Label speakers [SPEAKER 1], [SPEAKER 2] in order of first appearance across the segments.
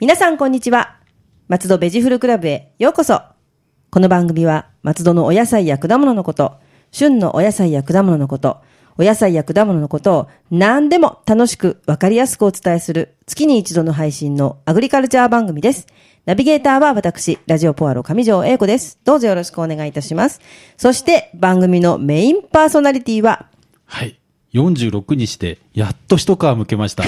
[SPEAKER 1] 皆さんこんにちは。松戸ベジフルクラブへようこそ。この番組は松戸のお野菜や果物のこと、旬のお野菜や果物のこと、お野菜や果物のことを何でも楽しくわかりやすくお伝えする月に一度の配信のアグリカルチャー番組です。ナビゲーターは私、ラジオポアロ上条英子です。どうぞよろしくお願いいたします。そして番組のメインパーソナリティは
[SPEAKER 2] はい。46にして、やっと一皮向けま した。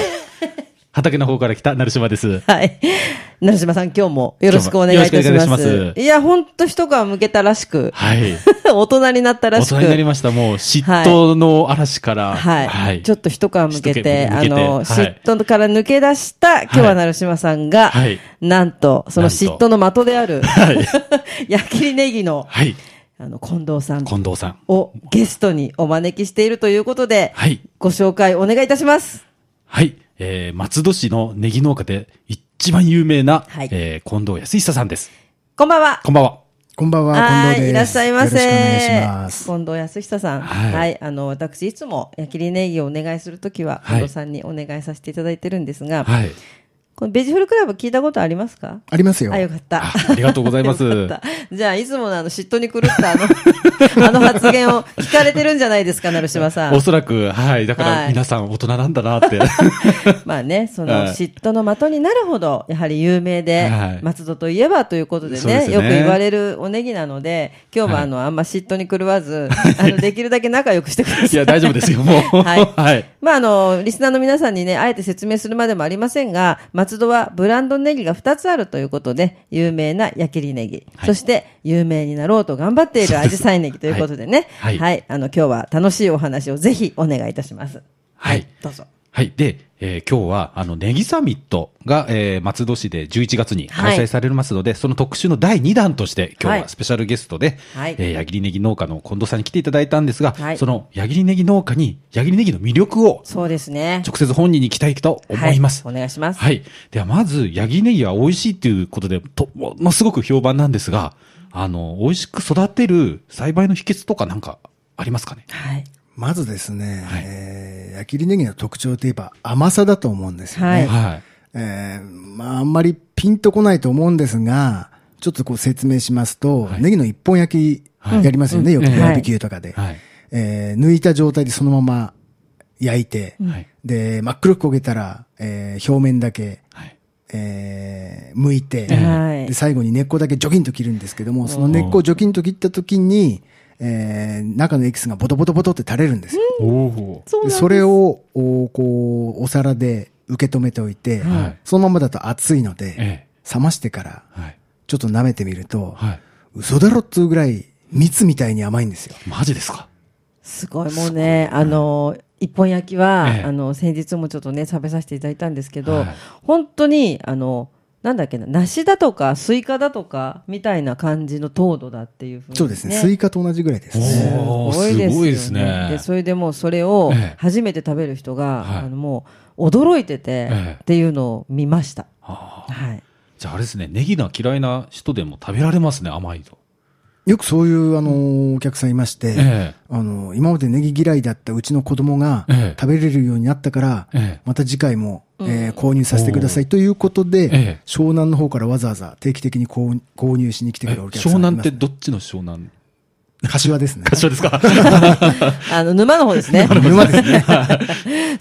[SPEAKER 2] 畑の方から来た、成島です。
[SPEAKER 1] はい。 成島さん、今日もよろしくお願いいたします。
[SPEAKER 2] よろしくお願いします
[SPEAKER 1] いや、ほんと一皮向けたらしく、
[SPEAKER 2] はい。
[SPEAKER 1] 大人になったら
[SPEAKER 2] 大
[SPEAKER 1] しく、
[SPEAKER 2] 人になりました。もう、嫉妬の嵐から。
[SPEAKER 1] はい、ちょっと一皮向けて、
[SPEAKER 2] 一皮向
[SPEAKER 1] あ
[SPEAKER 2] けて
[SPEAKER 1] の、
[SPEAKER 2] はい
[SPEAKER 1] 嫉妬から抜け出した、今日は成島さんが、
[SPEAKER 2] はい
[SPEAKER 1] なんと、その
[SPEAKER 2] なんと
[SPEAKER 1] 嫉妬の的である、
[SPEAKER 2] はい。
[SPEAKER 1] 焼きりネギの、
[SPEAKER 2] はい。
[SPEAKER 1] あの、近藤さん
[SPEAKER 2] 近藤さん。
[SPEAKER 1] をゲストにお招きしているということで、
[SPEAKER 2] はい
[SPEAKER 1] ご紹介お願いいたします。
[SPEAKER 2] はい。えー、松戸市のネギ農家で、一番有名な、
[SPEAKER 1] はい
[SPEAKER 2] えー、近藤康久さんです。
[SPEAKER 1] こんばんは。
[SPEAKER 2] こんばんは。
[SPEAKER 3] こんばんは、近
[SPEAKER 1] はい、
[SPEAKER 3] 藤です。
[SPEAKER 1] いらっしゃいませ。
[SPEAKER 3] よろしくお願いします。
[SPEAKER 1] 近藤康久さん。は、
[SPEAKER 2] はいい
[SPEAKER 1] あの、私、いつも、焼きりネギをお願いするときは、
[SPEAKER 2] はい
[SPEAKER 1] 近藤さんにお願いさせていただいてるんですが、
[SPEAKER 2] はい。
[SPEAKER 1] このベジフルクラブ聞いたことありますか
[SPEAKER 3] ありますよ
[SPEAKER 1] あ、。よかった。
[SPEAKER 2] あありがとうございます
[SPEAKER 1] よかったじゃあ、いつものあの、嫉妬に狂ったあの、あ の発言を聞かれてるんじゃないですか、成島さん
[SPEAKER 2] お。そらく、はい。だか
[SPEAKER 1] はい
[SPEAKER 2] ら、皆さん大人なんだなって。
[SPEAKER 1] まあね、その、
[SPEAKER 2] はい
[SPEAKER 1] 嫉妬の的になるほど、やはり有名で、
[SPEAKER 2] はい
[SPEAKER 1] 松戸といえばということで
[SPEAKER 2] そうで
[SPEAKER 1] ね、
[SPEAKER 2] すね
[SPEAKER 1] よく言われるおネギなので、今日も
[SPEAKER 2] はい
[SPEAKER 1] あの、あんま嫉妬に狂わ ず、あの、できるだけ仲良くしてください。
[SPEAKER 2] いや、大丈夫ですよ、もう。
[SPEAKER 1] はい。
[SPEAKER 2] はい。
[SPEAKER 1] まあ、あの、リスナーの皆さんにね、あえて説明するまでもありませんが、松戸はブランドネギが2つあるということで、有名な焼きりネギ、
[SPEAKER 2] はい
[SPEAKER 1] そして有名になろうと頑張っているアジサイネギということでね、は、
[SPEAKER 2] はいい
[SPEAKER 1] あの、今日は楽しいお話をぜひお願いいたします。
[SPEAKER 2] はい。
[SPEAKER 1] どうぞ。
[SPEAKER 2] はい。で、えー今日は、あの、ネギサミットが、えー松戸市で11月に開催されますので、その特集の第2弾として、今日
[SPEAKER 1] はい
[SPEAKER 2] はスペシャルゲストで、
[SPEAKER 1] はい
[SPEAKER 2] えー、矢切ネギ農家の近藤さんに来ていただいたんですが、
[SPEAKER 1] はい
[SPEAKER 2] その矢切ネギ農家に、矢切ネギの魅力を、
[SPEAKER 1] そうですね。
[SPEAKER 2] 直接本人に聞きたいと思います。
[SPEAKER 1] はいお願いします
[SPEAKER 2] はい。では、まず、ヤギネギは美味しいということで、と、ものすごく評判なんですが、あの、美味しく育てる栽培の秘訣とかなんかありますかね
[SPEAKER 1] はい。
[SPEAKER 3] まずですね、
[SPEAKER 2] はい
[SPEAKER 3] えー、焼きりネギの特徴といえば甘さだと思うんですよね。
[SPEAKER 1] はい
[SPEAKER 2] はい。
[SPEAKER 3] えーまあ、あんまりピンとこないと思うんですが、ちょっとこう説明しますと、
[SPEAKER 2] はい
[SPEAKER 3] ネギの一本焼きやりますよね、
[SPEAKER 2] うん
[SPEAKER 3] よ
[SPEAKER 2] うん
[SPEAKER 3] くバーベキューとかで。
[SPEAKER 2] はい。
[SPEAKER 3] えー抜いた状態でそのまま焼いて、
[SPEAKER 2] はい。
[SPEAKER 3] で、真っ黒く焦げたら、えー表面だけ、
[SPEAKER 2] はい。
[SPEAKER 3] えー剥いて、
[SPEAKER 1] はい
[SPEAKER 3] で最後に根っこだけジョキンと切るんですけども、その根っこをジョキンと切った時に、えー中のエキスがボトボトボトって垂れるんですよ。
[SPEAKER 2] おお。
[SPEAKER 1] そうなん
[SPEAKER 3] で
[SPEAKER 1] です
[SPEAKER 3] それを、おこう、お皿で受け止めておいて、
[SPEAKER 2] はい
[SPEAKER 3] そのままだと熱いので、
[SPEAKER 2] え
[SPEAKER 3] 冷ましてから、
[SPEAKER 2] え。はい。
[SPEAKER 3] ちょっと舐めてみると、
[SPEAKER 2] はい。
[SPEAKER 3] 嘘だろっつうぐらい、蜜みたいに甘いんですよ。
[SPEAKER 2] マジですか
[SPEAKER 1] すごい、もうね、あの、一本焼きは、
[SPEAKER 2] ええ
[SPEAKER 1] あの、先日もちょっとね、食べさせていただいたんですけど、
[SPEAKER 2] はい
[SPEAKER 1] 本当に、あの、なんだっけな、梨だとか、スイカだとか、みたいな感じの糖度だっていうふうに、
[SPEAKER 3] そうですね。スイカと同じぐらいですね。
[SPEAKER 2] おー
[SPEAKER 1] よ
[SPEAKER 2] すごいですね
[SPEAKER 1] で、それでもうそれを
[SPEAKER 2] ええ
[SPEAKER 1] 初めて食べる人が、
[SPEAKER 2] はい
[SPEAKER 1] あのもう驚いてて、
[SPEAKER 2] ええ
[SPEAKER 1] っていうのを見ました。
[SPEAKER 2] ああ。
[SPEAKER 1] はい。
[SPEAKER 2] じゃああれですね、ネギが嫌いな人でも食べられますね、甘いと。
[SPEAKER 3] よくそういう、あの、お客さんいまして、
[SPEAKER 2] ええ。
[SPEAKER 3] あの、今までネギ嫌いだったうちの子供が
[SPEAKER 2] ええ
[SPEAKER 3] 食べれるようになったから、
[SPEAKER 2] ええ
[SPEAKER 3] また次回も、えー購入させてくださいということで、
[SPEAKER 2] ええ
[SPEAKER 3] 湘南の方からわざわざ定期的に購購入しに来てくれるお客さん
[SPEAKER 2] 湘
[SPEAKER 3] がい
[SPEAKER 2] 南っ
[SPEAKER 3] ます
[SPEAKER 2] てどっちの湘南
[SPEAKER 3] 柏ですね。
[SPEAKER 2] そうですか
[SPEAKER 1] あの、沼の方です ね。
[SPEAKER 3] 沼ですね。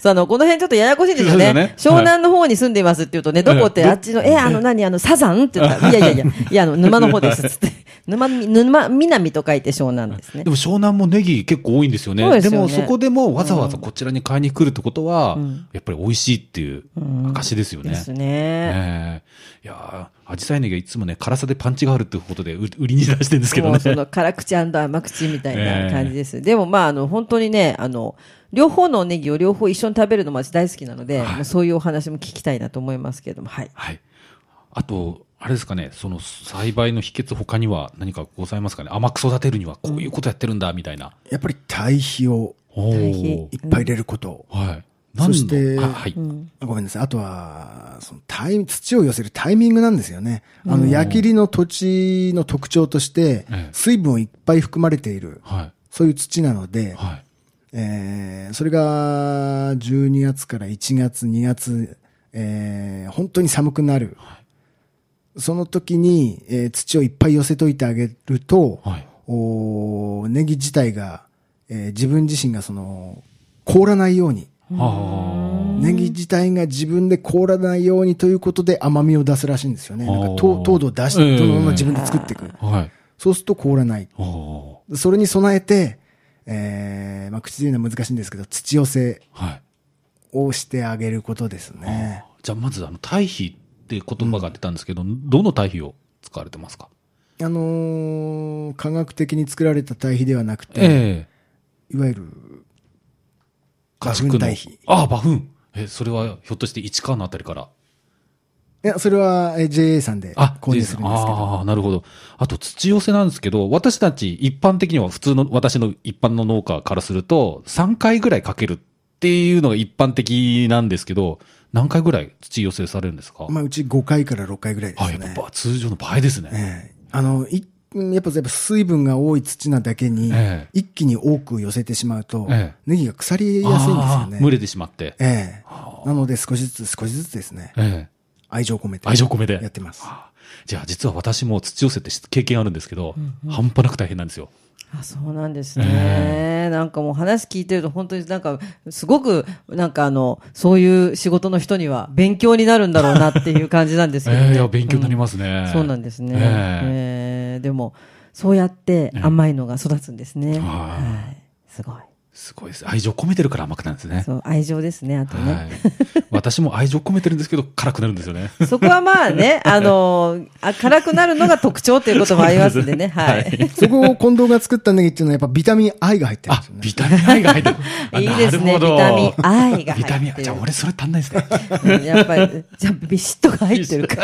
[SPEAKER 1] そう、あの、この辺ちょっとややこしいんですよね。
[SPEAKER 2] そうですよ
[SPEAKER 1] 湘
[SPEAKER 2] ね
[SPEAKER 1] 南の方に住んでいますって言うとね、どこって、
[SPEAKER 2] ええ
[SPEAKER 1] あっちの、え、あの、何、あの、サザンって言ったら、いやいや いや、いや、あの、沼の方ですっつって。沼、沼、南と書いて湘南ですね
[SPEAKER 2] で。も湘南もネギ結構多いんですよね。
[SPEAKER 1] そうですよね
[SPEAKER 2] もそこでもわざわざこちらに買いに来るってことは、
[SPEAKER 1] ん
[SPEAKER 2] やっぱり美味しいっていう証ですよね。
[SPEAKER 1] ですね。
[SPEAKER 2] ええいやー、アジサイネギはいつもね、辛さでパンチがあるっていうことで売売りに出してるんですけど
[SPEAKER 1] も
[SPEAKER 2] ね
[SPEAKER 1] う。その辛口甘口みたいな感じです。でもまあ、あの、本当にね、あの、両方のおネギを両方一緒に食べるのも私大好きなので、
[SPEAKER 2] はい
[SPEAKER 1] もうそういうお話も聞きたいなと思いますけれども、はい。
[SPEAKER 2] はい。あと、あれですかね、その栽培の秘訣他には何かございますかね甘く育てるにはこういうことやってるんだ、みたいな。
[SPEAKER 3] やっぱり堆肥を
[SPEAKER 2] お
[SPEAKER 1] 堆肥
[SPEAKER 2] ー
[SPEAKER 3] いっぱい入れること。
[SPEAKER 2] はい。
[SPEAKER 3] そし
[SPEAKER 2] 何
[SPEAKER 3] て
[SPEAKER 2] のあはい。
[SPEAKER 3] ごめんなさい。あとは、そのタイ土を寄せるタイミングなんですよね。あの、矢切の土地の特徴として
[SPEAKER 2] ええ、
[SPEAKER 3] 水分をいっぱい含まれている、
[SPEAKER 2] はい。
[SPEAKER 3] そういう土なので、
[SPEAKER 2] はい。
[SPEAKER 3] えーそれが12月から1月、2月、えー本当に寒くなる。その時に、えー土をいっぱい寄せといてあげると、
[SPEAKER 2] はい
[SPEAKER 3] おーネギ自体が、えー自分自身がその凍らないように、
[SPEAKER 2] あ
[SPEAKER 3] ネギ自体が自分で凍らないようにということで甘みを出すらしいんですよね。なんか
[SPEAKER 2] あー
[SPEAKER 3] 糖糖度を出し
[SPEAKER 2] ええ
[SPEAKER 3] て、そのまま自分で作っていく。
[SPEAKER 2] あ。はい。
[SPEAKER 3] そうすると凍らない。
[SPEAKER 2] ああ。
[SPEAKER 3] それに備えて、えー、まあ、口で言うのは難しいんですけど、土寄せ
[SPEAKER 2] はい。
[SPEAKER 3] をしてあげることですね。
[SPEAKER 2] じゃあまず、あの、堆肥って言葉が出たんですけど、どの堆肥を使われてますか
[SPEAKER 3] あのー科学的に作られた堆肥ではなくて、
[SPEAKER 2] ええ。
[SPEAKER 3] いわゆる、
[SPEAKER 2] 家
[SPEAKER 3] 馬
[SPEAKER 2] 畜
[SPEAKER 3] 糞
[SPEAKER 2] の
[SPEAKER 3] 堆肥。い。
[SPEAKER 2] ああ、馬糞。え、それはひょっとして市川のあたりから。
[SPEAKER 3] や、それはえー JA さんで
[SPEAKER 2] あ、
[SPEAKER 3] 購入するんですけど、
[SPEAKER 2] ああ、なるほど。あと土寄せなんですけど、私たち一般的には普通の私の一般の農家からすると、3回ぐらいかけるっていうのが一般的なんですけど、何回ぐらい土寄せされるんですか、
[SPEAKER 3] まあ、うち5回から6回ぐらいで
[SPEAKER 2] あ、
[SPEAKER 3] す
[SPEAKER 2] やっ
[SPEAKER 3] ね。
[SPEAKER 2] ぱば通常の倍ですね。
[SPEAKER 3] ええあの、いやっぱ、やっぱ水分が多い土なだけに、
[SPEAKER 2] ええ
[SPEAKER 3] 一気に多く寄せてしまうと、
[SPEAKER 2] ええ
[SPEAKER 3] ネギが腐りやすいんですよ
[SPEAKER 2] ああ
[SPEAKER 3] ね。
[SPEAKER 2] 蒸れてしまって。え
[SPEAKER 3] ええなので少しずつ少しずつですね、
[SPEAKER 2] え
[SPEAKER 3] 愛情込めて。
[SPEAKER 2] 愛情込めて
[SPEAKER 3] やってます。
[SPEAKER 2] あじゃあ実は私も土寄せって経験あるんですけど、半端なく大変なんですよ。
[SPEAKER 1] あそうなんですね、なんかもう話聞いてると本当になんかすごくなんかあのそういう仕事の人には勉強になるんだろうなっていう感じなんですけど、
[SPEAKER 2] え
[SPEAKER 1] ね
[SPEAKER 2] えいや、勉強になりますね。
[SPEAKER 1] そうなんですね、
[SPEAKER 2] え
[SPEAKER 1] え
[SPEAKER 2] え
[SPEAKER 1] えでもそうやって甘いのが育つんですね、
[SPEAKER 2] はい
[SPEAKER 1] はいすごい
[SPEAKER 2] すごいです。愛情込めてるから甘くなるんですね。
[SPEAKER 1] そう愛情ですねあとね、
[SPEAKER 2] はい。 私も愛情込めてるんですけど、辛くなるんですよね。
[SPEAKER 1] そこはまあ ね、あのあ辛くなるのが特徴ということもありますんで ね、はい。
[SPEAKER 3] そこを近藤が作ったネギっていうのはやっぱビタミン I が入ってるんで
[SPEAKER 2] あ
[SPEAKER 3] すよ、ね。
[SPEAKER 2] ビタミン I が入ってる あ。
[SPEAKER 1] いいですね
[SPEAKER 2] なるほど
[SPEAKER 1] ビタミン I が入ってる
[SPEAKER 2] ビタミン I じゃあ俺それ足んないですね。
[SPEAKER 1] うんやっぱり、じゃあ、ビシットが入ってるか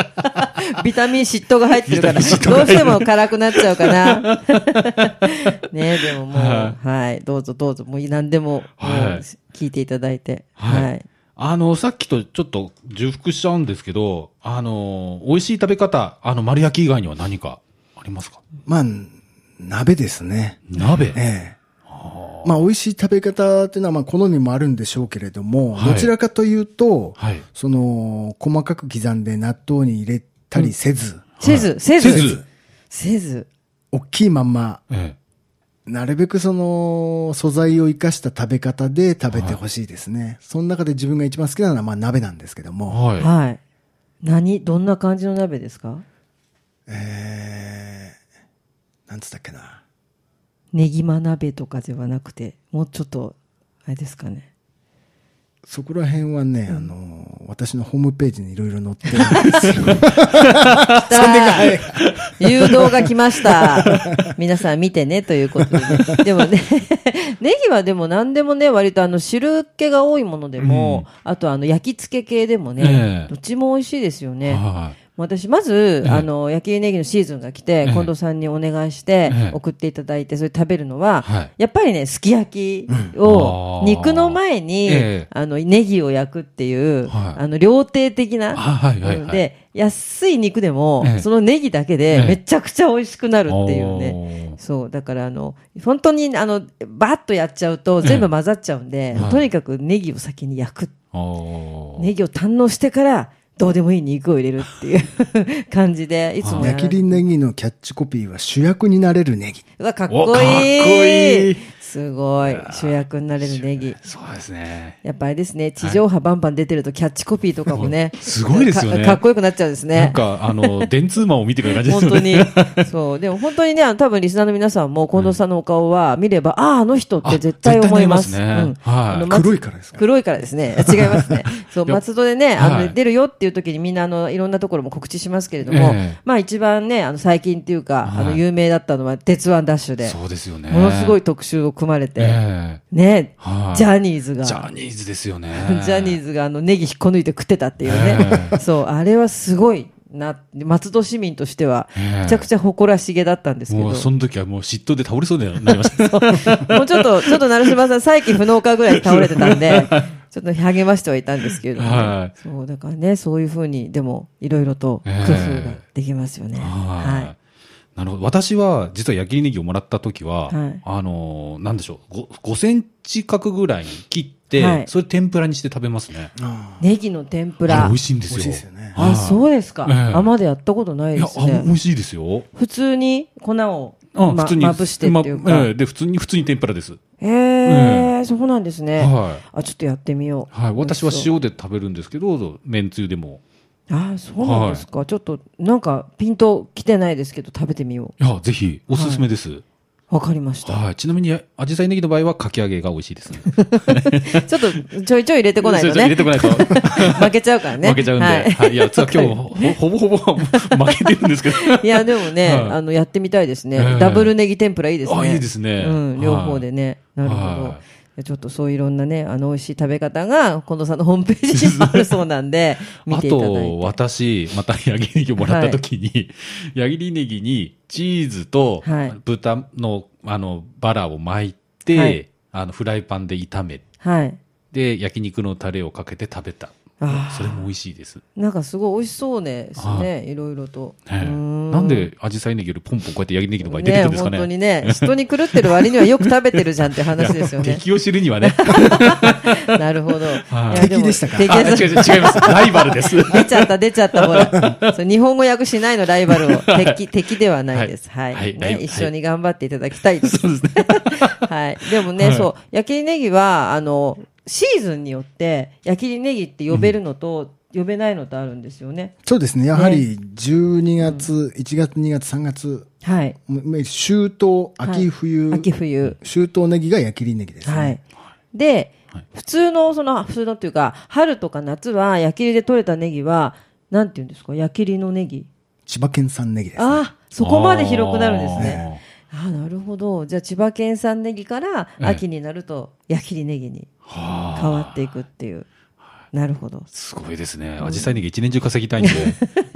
[SPEAKER 1] ら。ビタミン嫉妬が入ってるから、どうしても辛くなっちゃうか な。ねでももう、
[SPEAKER 2] は
[SPEAKER 1] はい、どうぞどうぞ、もう何でも、もう
[SPEAKER 2] はい
[SPEAKER 1] 聞いていただいて。
[SPEAKER 2] はい
[SPEAKER 1] はい。
[SPEAKER 2] あの、さっきとちょっと重複しちゃうんですけど、あの、美味しい食べ方、あの、丸焼き以外には何かありますか
[SPEAKER 3] まあ、鍋ですね。
[SPEAKER 2] 鍋。
[SPEAKER 3] ええまあ、美味しい食べ方っていうのはまあ好みもあるんでしょうけれども、
[SPEAKER 2] はい
[SPEAKER 3] どちらかというと、
[SPEAKER 2] はい。
[SPEAKER 3] その、細かく刻んで納豆に入れたりせず、
[SPEAKER 1] せず、せ
[SPEAKER 2] せ
[SPEAKER 1] ず
[SPEAKER 2] ず。
[SPEAKER 1] せず。
[SPEAKER 3] 大きいまんま、
[SPEAKER 2] え
[SPEAKER 3] なるべくその、素材を生かした食べ方で食べてほしいですね。その中で自分が一番好きなのはまあ鍋なんですけど
[SPEAKER 2] え。
[SPEAKER 3] も、
[SPEAKER 2] は
[SPEAKER 1] はい。何どんな感じの鍋ですか
[SPEAKER 3] えー、なんつったっけな。
[SPEAKER 1] ネギマ鍋とかではなくて、もうちょっと、あれですかね。
[SPEAKER 3] そこら辺はね、あの、私のホームページにいろいろ載って るんですよ。
[SPEAKER 1] 来た誘導が来ました。皆さん見てね、ということで、ね。でもね、 ネギはでも何でもね、割とあの汁気が多いものでも、あとあの焼き付け系でもね
[SPEAKER 2] え、え
[SPEAKER 1] どっちも美味しいですよ
[SPEAKER 2] い。
[SPEAKER 1] ね。
[SPEAKER 2] は
[SPEAKER 1] 私、まず、
[SPEAKER 2] ええ
[SPEAKER 1] あの、焼きネギのシーズンが来て、
[SPEAKER 2] ええ
[SPEAKER 1] 近藤さんにお願いして
[SPEAKER 2] ええ、
[SPEAKER 1] 送っていただいて、それ食べるのは
[SPEAKER 2] はい、
[SPEAKER 1] やっぱりね、すき焼き
[SPEAKER 2] うんあ
[SPEAKER 1] を
[SPEAKER 2] ー、
[SPEAKER 1] 肉の前に
[SPEAKER 2] ええ、
[SPEAKER 1] あの、ネギを焼くっていう、
[SPEAKER 2] はい
[SPEAKER 1] あの、料亭的な、
[SPEAKER 2] はいはいはいはい
[SPEAKER 1] うんで、安い肉でも
[SPEAKER 2] ええ、
[SPEAKER 1] そのネギだけ
[SPEAKER 2] え
[SPEAKER 1] で
[SPEAKER 2] え、。
[SPEAKER 1] めちゃくちゃ美味しくないるっていうね。そう、だからあの、本当に、あの、バーッとやっちゃうと、全部混ざっちゃうんで
[SPEAKER 2] えはい、
[SPEAKER 1] とにかくネギを先に焼くっていう
[SPEAKER 2] おー。おー
[SPEAKER 1] ネギを堪能してから、どうでもいい肉を入れるっていう 感じで、いつもやら
[SPEAKER 3] 焼きりネギのキャッチコピーは主役になれるネギ。
[SPEAKER 1] うわ、かっこ
[SPEAKER 2] おかっこ
[SPEAKER 1] い
[SPEAKER 2] い
[SPEAKER 1] い
[SPEAKER 2] い
[SPEAKER 1] すごい。主役になれるネギ。
[SPEAKER 2] そうですね。
[SPEAKER 1] やっぱあれですね、地上波バンバン出てるとキャッチコピーとかもね。
[SPEAKER 2] すごいですよね
[SPEAKER 1] かかっこよくなっちゃうんですね。
[SPEAKER 2] なんか、あの、電通マンを見てくる感 じです
[SPEAKER 1] 本
[SPEAKER 2] よ
[SPEAKER 1] 当
[SPEAKER 2] ね。
[SPEAKER 1] に。そう。でも本当にね、あの多分リスナーの皆さんも、近藤さんのお顔は見れば、ああ、あの人って絶対
[SPEAKER 2] あ絶対
[SPEAKER 1] 思います。
[SPEAKER 2] なりますね
[SPEAKER 1] うん
[SPEAKER 2] はい
[SPEAKER 1] あの松
[SPEAKER 3] 黒いからですか
[SPEAKER 1] 黒いからですね。 違いますね。そう、
[SPEAKER 2] いや
[SPEAKER 1] 松戸でね、あ
[SPEAKER 2] は
[SPEAKER 1] の、
[SPEAKER 2] い
[SPEAKER 1] 出るよっていう時にみんな、あの、いろんなところも告知しますけれども
[SPEAKER 2] ええ、
[SPEAKER 1] まあ一番ね、あの、最近っていうか、あ
[SPEAKER 2] はい
[SPEAKER 1] の、有名だったのは、鉄腕ダッシュで、
[SPEAKER 2] そうですよね。
[SPEAKER 1] ものすごい特集を組まれて、
[SPEAKER 2] ええ
[SPEAKER 1] ね、
[SPEAKER 2] はい
[SPEAKER 1] ジャニーズが。。
[SPEAKER 2] ジャニーズですよね
[SPEAKER 1] ジャニーズがあのネギ引っこ抜いて食ってたっていうね
[SPEAKER 2] え。
[SPEAKER 1] そう、あれはすごいな、松戸市民としては、
[SPEAKER 2] ええ
[SPEAKER 1] めちゃくちゃ誇らしげだったんですけど。
[SPEAKER 2] もうその時はもう嫉妬で倒れそうになりまし た。
[SPEAKER 1] もうちょっと、ちょっと成島さん、再起不能かぐらいに倒れてたんで、ちょっと励ましてはいたんですけれども、
[SPEAKER 2] は
[SPEAKER 1] そう、だからね、そういうふうに、でも、いろいろと工夫ができますよね。
[SPEAKER 2] はい。なるほど。私は、実は矢切ネギをもらった時は、
[SPEAKER 1] はい
[SPEAKER 2] あのーなんでしょう5、5センチ角ぐらいに切って、
[SPEAKER 1] はい
[SPEAKER 2] それ天ぷらにして食べますね。
[SPEAKER 3] あ
[SPEAKER 1] ネギの天ぷ
[SPEAKER 2] あれ
[SPEAKER 1] ら
[SPEAKER 2] 美味。しいんですよ。
[SPEAKER 3] 美味しいですよね
[SPEAKER 1] あ、そうですか。
[SPEAKER 2] ええ
[SPEAKER 1] あ、まだやったことない
[SPEAKER 2] い
[SPEAKER 1] で
[SPEAKER 2] や、
[SPEAKER 1] す
[SPEAKER 2] あ美
[SPEAKER 1] ね。
[SPEAKER 2] 味しいですよ。
[SPEAKER 1] 普通に粉を
[SPEAKER 2] あ
[SPEAKER 1] ま
[SPEAKER 2] 普通に。
[SPEAKER 1] まぶしてっていうか。
[SPEAKER 2] まええで、普通に、普通に天ぷらです。
[SPEAKER 1] ええ、そうなんですね。
[SPEAKER 2] はい。
[SPEAKER 1] あ、ちょっとやってみよう。
[SPEAKER 2] はい、私は
[SPEAKER 1] 美味しそう。
[SPEAKER 2] 塩で食べるんですけど、めんつゆでも。
[SPEAKER 1] あ、そうなんですか。ちょっと、なんか、ピンと来てないですけど、食べてみよ
[SPEAKER 2] いや、ぜひ、おすすめです。はい。
[SPEAKER 1] う。わかりました。
[SPEAKER 2] ちなみに、アジサイネギの場合は、かき揚げが美味しいですね。
[SPEAKER 1] ちょっと、ちょいちょい入れてこないと
[SPEAKER 2] そう入
[SPEAKER 1] ね
[SPEAKER 2] れ。てこないと。
[SPEAKER 1] 負けちゃうからね。
[SPEAKER 2] 負けちゃうんで。
[SPEAKER 1] はい
[SPEAKER 2] はい。いや、実は今日、ほほぼほぼ負けてるんですけど。
[SPEAKER 1] いや、でもね、
[SPEAKER 2] はい
[SPEAKER 1] あの、やってみたいですね、
[SPEAKER 2] ええ
[SPEAKER 1] ダブルネギ天ぷらいいですね。
[SPEAKER 2] あいいですね
[SPEAKER 1] うん、両方でね。な
[SPEAKER 2] はい
[SPEAKER 1] るほど。
[SPEAKER 2] はい
[SPEAKER 1] いやちょっとそういろんなね、あの、美味しい食べ方が、近藤さんのホームページにもあるそうなんで、 見
[SPEAKER 2] あ
[SPEAKER 1] ていただ
[SPEAKER 2] と、
[SPEAKER 1] いて。
[SPEAKER 2] 私、また、矢切ネギをもらった時に、矢切ネギに、チーズと
[SPEAKER 1] はい、
[SPEAKER 2] 豚の、あの、バラを巻いて、
[SPEAKER 1] はい
[SPEAKER 2] あの、フライパンで炒め
[SPEAKER 1] はい。
[SPEAKER 2] て、焼肉のタレをかけて食べた。
[SPEAKER 1] あ
[SPEAKER 2] それも美味しいです。
[SPEAKER 1] ーなんかすごい美味しそうですね、いろいろと。
[SPEAKER 2] ねえ
[SPEAKER 1] うーん
[SPEAKER 2] なんで、アジサイネギよりポンポンこうやってヤギネギの場合出てく
[SPEAKER 1] ね
[SPEAKER 2] るんですか
[SPEAKER 1] 本
[SPEAKER 2] ね。
[SPEAKER 1] 当にね、人に狂ってる割にはよく食べてるじゃんって話ですよ
[SPEAKER 2] いや
[SPEAKER 1] ね。
[SPEAKER 2] 敵を知るにはね。
[SPEAKER 1] なるほど。いや
[SPEAKER 3] 敵でしたか
[SPEAKER 2] あ違
[SPEAKER 1] 敵で
[SPEAKER 2] う違う違います。 ライバルです。
[SPEAKER 1] 出ちゃった、出ちゃった、ほ ら。そう日本語訳しないの、ライバルを。敵、敵ではないです。
[SPEAKER 2] は
[SPEAKER 1] はいい。
[SPEAKER 2] はいライ
[SPEAKER 1] ね、
[SPEAKER 2] ブ
[SPEAKER 1] 一緒に頑張っていただきたいです。
[SPEAKER 2] そうですね。
[SPEAKER 1] はい。でもね、
[SPEAKER 2] はい
[SPEAKER 1] そう、焼きネギは、あの、シーズンによって、焼きネギって呼べるのと、呼べないのとあるんですよね。
[SPEAKER 3] そうですね。やはり、12月、1月、2月、3月、
[SPEAKER 1] はい。
[SPEAKER 3] もう秋冬、秋冬、
[SPEAKER 1] 秋冬。
[SPEAKER 3] 秋冬ネギが矢切ネギです、ね。
[SPEAKER 1] はい。で、普通の、その、普通のっていうか、春とか夏は、焼きで取れたネギは、なんて言うんですか、焼きのネギ。
[SPEAKER 3] 千葉県産ネギです。
[SPEAKER 1] ああ、そこまで広くなるんですね。あーなるほど。じゃあ、千葉県産ネギから
[SPEAKER 2] ええ
[SPEAKER 1] 秋になると、矢切ネギに
[SPEAKER 2] はあ
[SPEAKER 1] 変わっていくっていう。なるほど。
[SPEAKER 2] すごいですね。アジサイネギ一年中稼ぎたいんで。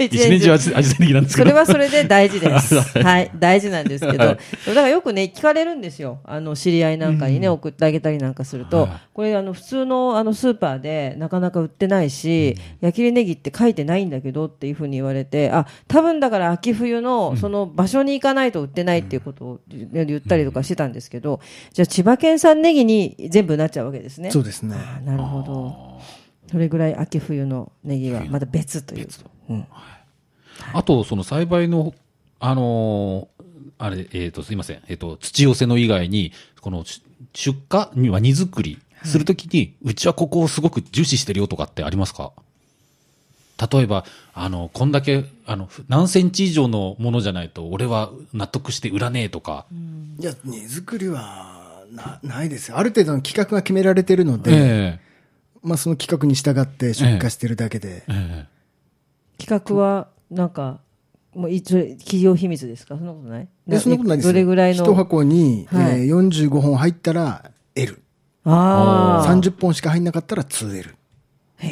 [SPEAKER 1] 一年中
[SPEAKER 2] 一年中アジアジサイネギなんですけ
[SPEAKER 1] そ
[SPEAKER 2] ど。
[SPEAKER 1] れはそれで大事です。
[SPEAKER 2] は
[SPEAKER 1] はい、大事なんですけど。
[SPEAKER 2] は
[SPEAKER 1] だか
[SPEAKER 2] い
[SPEAKER 1] らよくね、聞かれるんですよ。あの、知り合いなんかにね、送ってあげたりなんかすると
[SPEAKER 2] はい、
[SPEAKER 1] これ、あの、普通の、あの、スーパーでなかなか売ってないし、焼き切りネギって書いてないんだけどっていうふうに言われて、あ、多分だから秋冬の、その場所に行かないと売ってないっていうことを言ったりとかしてたんですけど、じゃあ千葉県産ネギに全部なっちゃうわけですね。
[SPEAKER 3] そうですね。
[SPEAKER 1] あなるほど。それぐらい秋冬のネギはまた別という。うん
[SPEAKER 2] あと、その栽培の、あのーあれ、えっ、と、すいません。えっ、と、土寄せの以外に、このし出荷には荷造りするときに、うちはここをすごく重視してるよとかってありますか例えば、あの、こんだけ、あの、何センチ以上のものじゃないと、俺は納得して売らねえとか。
[SPEAKER 3] いや、荷造りはな、ないですよ。ある程度の規格が決められてるので、
[SPEAKER 2] え
[SPEAKER 3] まあその規格に従って出荷してるだけで、
[SPEAKER 2] ええ
[SPEAKER 1] 企画はなんかもういそれ企業秘密ですかそんなことない
[SPEAKER 3] でそんなことないですよ
[SPEAKER 1] どれぐらいの
[SPEAKER 3] 一箱に、
[SPEAKER 1] はい
[SPEAKER 3] えー45本入ったら L。
[SPEAKER 1] ああ
[SPEAKER 3] 30本しか入んなかったら 2L。
[SPEAKER 1] へ